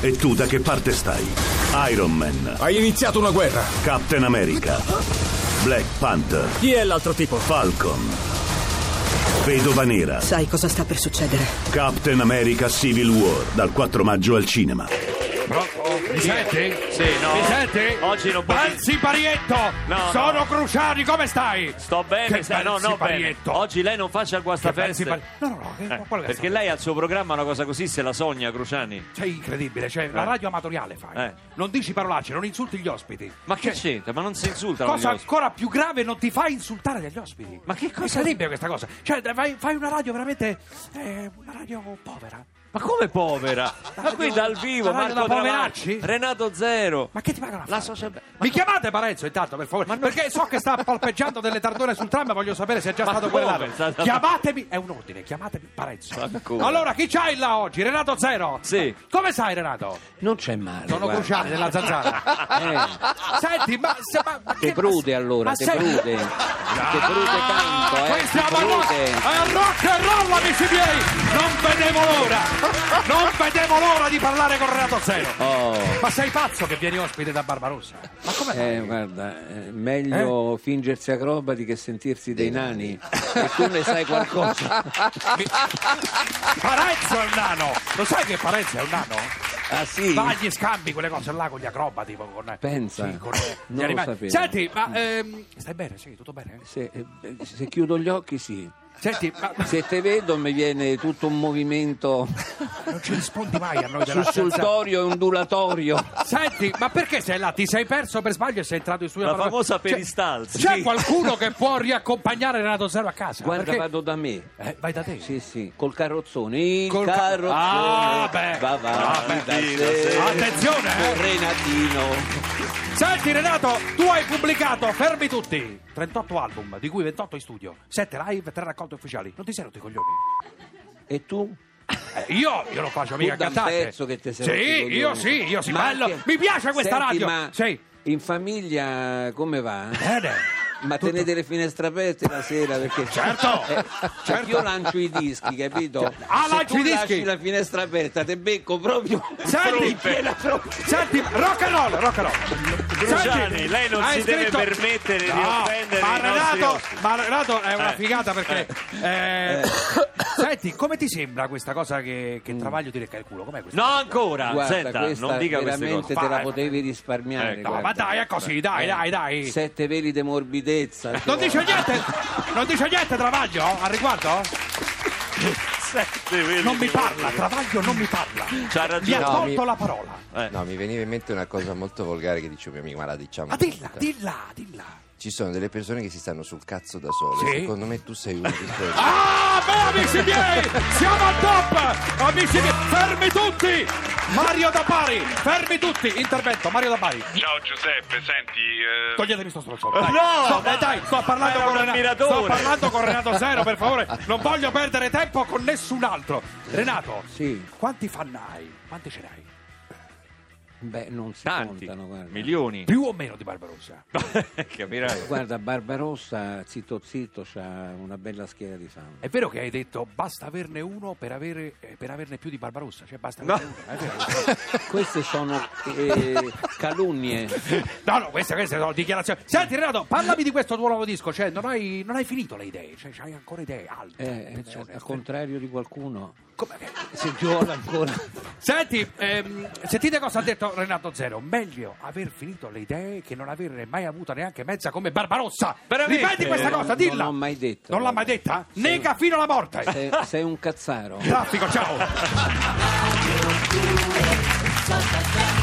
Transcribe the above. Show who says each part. Speaker 1: E tu da che parte stai? Iron Man,
Speaker 2: Hai iniziato una guerra.
Speaker 1: Captain America, Black Panther,
Speaker 3: Chi è l'altro tipo?
Speaker 1: Falcon, Vedova Nera,
Speaker 4: Sai cosa sta per succedere?
Speaker 1: Captain America Civil War, dal 4 maggio al cinema.
Speaker 5: Mi senti?
Speaker 6: Sì, no.
Speaker 5: Mi senti?
Speaker 6: Oggi non puoi-
Speaker 5: Banzi Parietto!
Speaker 6: No,
Speaker 5: Sono
Speaker 6: no.
Speaker 5: Cruciani, come stai?
Speaker 6: Sto bene,
Speaker 5: Che
Speaker 6: sta- no,
Speaker 5: Banzi
Speaker 6: no, bene.
Speaker 5: Parietto.
Speaker 6: Oggi lei non faccia il
Speaker 5: Che Banzi
Speaker 6: guastafeste.
Speaker 5: Pari- No, no, no, che-
Speaker 6: Eh,
Speaker 5: quello che
Speaker 6: perché
Speaker 5: sa-
Speaker 6: lei al suo programma una cosa così se la sogna, Cruciani.
Speaker 5: Cioè, incredibile, cioè, la
Speaker 6: Eh.
Speaker 5: radio amatoriale fai.
Speaker 6: Eh.
Speaker 5: Non dici parolacce, non insulti gli ospiti.
Speaker 6: Ma che
Speaker 5: Cioè,
Speaker 6: c'entra? Ma non si insultano
Speaker 5: Cosa
Speaker 6: gli ospiti.
Speaker 5: ancora più grave, non ti fai insultare dagli ospiti.
Speaker 6: Ma che cosa-
Speaker 5: Incredibile questa cosa. Cioè, dai, fai, fai una radio veramente. eh, una radio povera.
Speaker 6: Ma come povera? Ma qui dal vivo,
Speaker 5: Ma radio
Speaker 6: Marco
Speaker 5: da
Speaker 6: Travacci,
Speaker 5: poveracci?
Speaker 6: Renato Zero.
Speaker 5: Ma che ti pagano? a
Speaker 6: La
Speaker 5: fare?
Speaker 6: social- ma
Speaker 5: Mi chiamate Parenzo intanto, per favore. Perché so che sta palpeggiando delle tardone sul tram e voglio sapere se è già
Speaker 6: Ma
Speaker 5: stato
Speaker 6: come?
Speaker 5: querellato.
Speaker 6: Sta-
Speaker 5: Chiamatemi, è un ordine, chiamatemi Parenzo.
Speaker 6: Ma come?
Speaker 5: Allora, chi c'hai là oggi? Renato Zero.
Speaker 6: Sì.
Speaker 5: Come sai, Renato?
Speaker 7: Non c'è male.
Speaker 5: Sono
Speaker 7: guarda.
Speaker 5: cruciale della zanzara.
Speaker 7: Eh,
Speaker 5: Senti, ma... Se, ma, ma
Speaker 7: te
Speaker 5: che-
Speaker 7: prude allora,
Speaker 5: ma Ah,
Speaker 7: te
Speaker 5: sei-
Speaker 7: prude. Te prude tanto, eh.
Speaker 5: Qui siamo
Speaker 7: te
Speaker 5: al rock,
Speaker 7: prude.
Speaker 5: al Eh, rock and roll, amici miei! Non vedevo l'ora! Non vedevo l'ora di parlare con Renato Zero!
Speaker 7: Oh.
Speaker 5: Ma sei pazzo che vieni ospite da Barbarossa? Ma come
Speaker 7: Eh, guarda, eh, meglio fingersi acrobati che sentirsi dei nani. E tu ne sai qualcosa.
Speaker 5: Parenzo è un nano! Lo sai che Parenzo è un nano?
Speaker 7: Ah sì?
Speaker 5: Va agli scambi quelle cose là con gli acrobati, con- con-
Speaker 7: Pensa.
Speaker 5: sì, con eh, gli
Speaker 7: Non lo
Speaker 5: animali.
Speaker 7: sapevo.
Speaker 5: Senti, ma ehm, stai bene? Sì, tutto bene?
Speaker 7: Se, eh, se chiudo gli occhi sì.
Speaker 5: Senti, ma
Speaker 7: Se te vedo mi viene tutto un movimento
Speaker 5: non ci rispondi mai a noi della scienza.
Speaker 7: sussultorio e ondulatorio.
Speaker 5: Senti, ma perché sei là? Ti sei perso per sbaglio e sei entrato in studio?
Speaker 6: La
Speaker 5: a parlare-
Speaker 6: famosa
Speaker 5: Cioè,
Speaker 6: peristalsi.
Speaker 5: C'è
Speaker 6: Sì.
Speaker 5: qualcuno che può riaccompagnare Renato Zero a casa?
Speaker 7: Guarda,
Speaker 5: Perché-
Speaker 7: vado da me.
Speaker 5: Eh, vai da te.
Speaker 7: Sì, sì, col carrozzone. Il
Speaker 5: Col ca-
Speaker 7: carrozzone
Speaker 5: Ah, beh.
Speaker 7: va avanti
Speaker 5: Ah,
Speaker 7: da
Speaker 6: beh.
Speaker 7: sé.
Speaker 5: Attenzione, eh.
Speaker 7: Con Renatino.
Speaker 5: Senti Renato, tu hai pubblicato, fermi tutti, 38 album, di cui 28 in studio, 7 live, 3 raccolte ufficiali. Non ti sei rotto i coglioni?
Speaker 7: E tu?
Speaker 5: Eh, io, io non faccio mica
Speaker 7: tu da un
Speaker 5: cantante.
Speaker 7: pezzo che te sei rotto i
Speaker 5: Sì,
Speaker 7: coglioni.
Speaker 5: io sì, io sì,
Speaker 7: Ma
Speaker 5: bello.
Speaker 7: che-
Speaker 5: Mi piace questa
Speaker 7: Senti,
Speaker 5: radio.
Speaker 7: Ma
Speaker 5: Sì. Eh?
Speaker 7: in famiglia come va?
Speaker 5: Bene.
Speaker 7: Ma tenete le finestre aperte la sera perché
Speaker 5: Certo,
Speaker 7: Eh,
Speaker 5: certo.
Speaker 7: io lancio i dischi, capito?
Speaker 5: Ah,
Speaker 7: Se
Speaker 5: lanci
Speaker 7: tu
Speaker 5: i dischi?
Speaker 7: lasci la finestra aperta, te becco proprio
Speaker 5: Senti,
Speaker 7: in piena fronte.
Speaker 5: Senti, rock and roll, rock and roll. Ah,
Speaker 6: Cruciani, lei non
Speaker 5: hai
Speaker 6: si deve permettere di offendere
Speaker 5: ma
Speaker 6: i nostri
Speaker 5: Renato,
Speaker 6: ospiti.
Speaker 5: ma Renato è una
Speaker 6: Eh.
Speaker 5: figata perché... eh, Senti, come ti sembra questa cosa che,
Speaker 7: Mm.
Speaker 5: che Travaglio ti lecca il culo? Com'è questa?
Speaker 6: No, ancora.
Speaker 7: Guarda,
Speaker 6: Senta,
Speaker 7: questa
Speaker 6: non dica queste
Speaker 7: veramente
Speaker 6: cose.
Speaker 7: te la
Speaker 5: Vai,
Speaker 7: potevi risparmiare.
Speaker 6: Eh, no,
Speaker 5: No, Ecco,
Speaker 7: guarda. eh.
Speaker 5: ma dai, è così, dai, dai, dai.
Speaker 7: Sette veli di morbidezza.
Speaker 5: Non
Speaker 7: cioè.
Speaker 5: dice niente, non dice niente Travaglio eh, al riguardo?
Speaker 6: Sette, vedi.
Speaker 5: Non mi parla, Travaglio non mi parla.
Speaker 6: C'ha
Speaker 5: Mi
Speaker 6: ragione.
Speaker 5: ha
Speaker 8: No,
Speaker 5: tolto
Speaker 8: mi-
Speaker 5: la parola.
Speaker 8: No, mi veniva in mente una cosa molto volgare che dicevo mio amico, ma la diciamo.
Speaker 5: Ma Ah, dilla,
Speaker 8: tutta.
Speaker 5: dilla, dilla.
Speaker 8: Ci sono delle persone che si stanno sul cazzo da sole.
Speaker 5: Sì.
Speaker 8: Secondo me tu sei uno di quelli.
Speaker 5: Ah, beh, amici miei, siamo al top! Amici miei, fermi tutti! Mario da Bari, fermi tutti! Intervento, Mario da Bari.
Speaker 9: Ciao Giuseppe, senti, eh,
Speaker 5: Toglietemi sto stronzo. Dai,
Speaker 6: No,
Speaker 5: sto,
Speaker 6: dai,
Speaker 5: dai, sto parlando
Speaker 6: era
Speaker 5: con
Speaker 6: un
Speaker 5: Renato.
Speaker 6: ammiratore.
Speaker 5: Sto parlando con Renato Zero, per favore. Non voglio perdere tempo con nessun altro. Renato,
Speaker 7: Sì.
Speaker 5: quanti fan hai? Quanti ce n'hai?
Speaker 7: Beh, non si
Speaker 6: Tanti,
Speaker 7: contano, guarda.
Speaker 6: milioni. eh,
Speaker 5: Più o meno di Barbarossa?
Speaker 6: Capirai.
Speaker 7: Guarda, Barbarossa, zitto zitto, c'ha una bella schiera di fama.
Speaker 5: È vero che hai detto basta averne uno per, avere, eh, per averne più di Barbarossa, cioè basta averne uno. È vero.
Speaker 7: Queste sono eh, calunnie.
Speaker 5: No, no, queste, queste sono dichiarazioni. Senti, Renato, parlami di questo tuo nuovo disco. Cioè, non hai, non hai finito le idee, cioè, hai ancora idee alte.
Speaker 7: Eh,
Speaker 5: attenzione. eh,
Speaker 7: al contrario di qualcuno,
Speaker 5: Come-
Speaker 7: se viola ancora.
Speaker 5: Senti, ehm, sentite cosa ha detto Renato Zero. Meglio aver finito le idee che non averne mai avuta neanche mezza come Barbarossa.
Speaker 6: Veramente?
Speaker 5: Ripeti questa
Speaker 7: Non-
Speaker 5: cosa, dilla.
Speaker 7: eh, non l'ho mai detto. Eh.
Speaker 5: Non l'ha mai detta? Nega fino alla morte.
Speaker 7: Sei, sei un cazzaro.
Speaker 5: Traffico, ciao.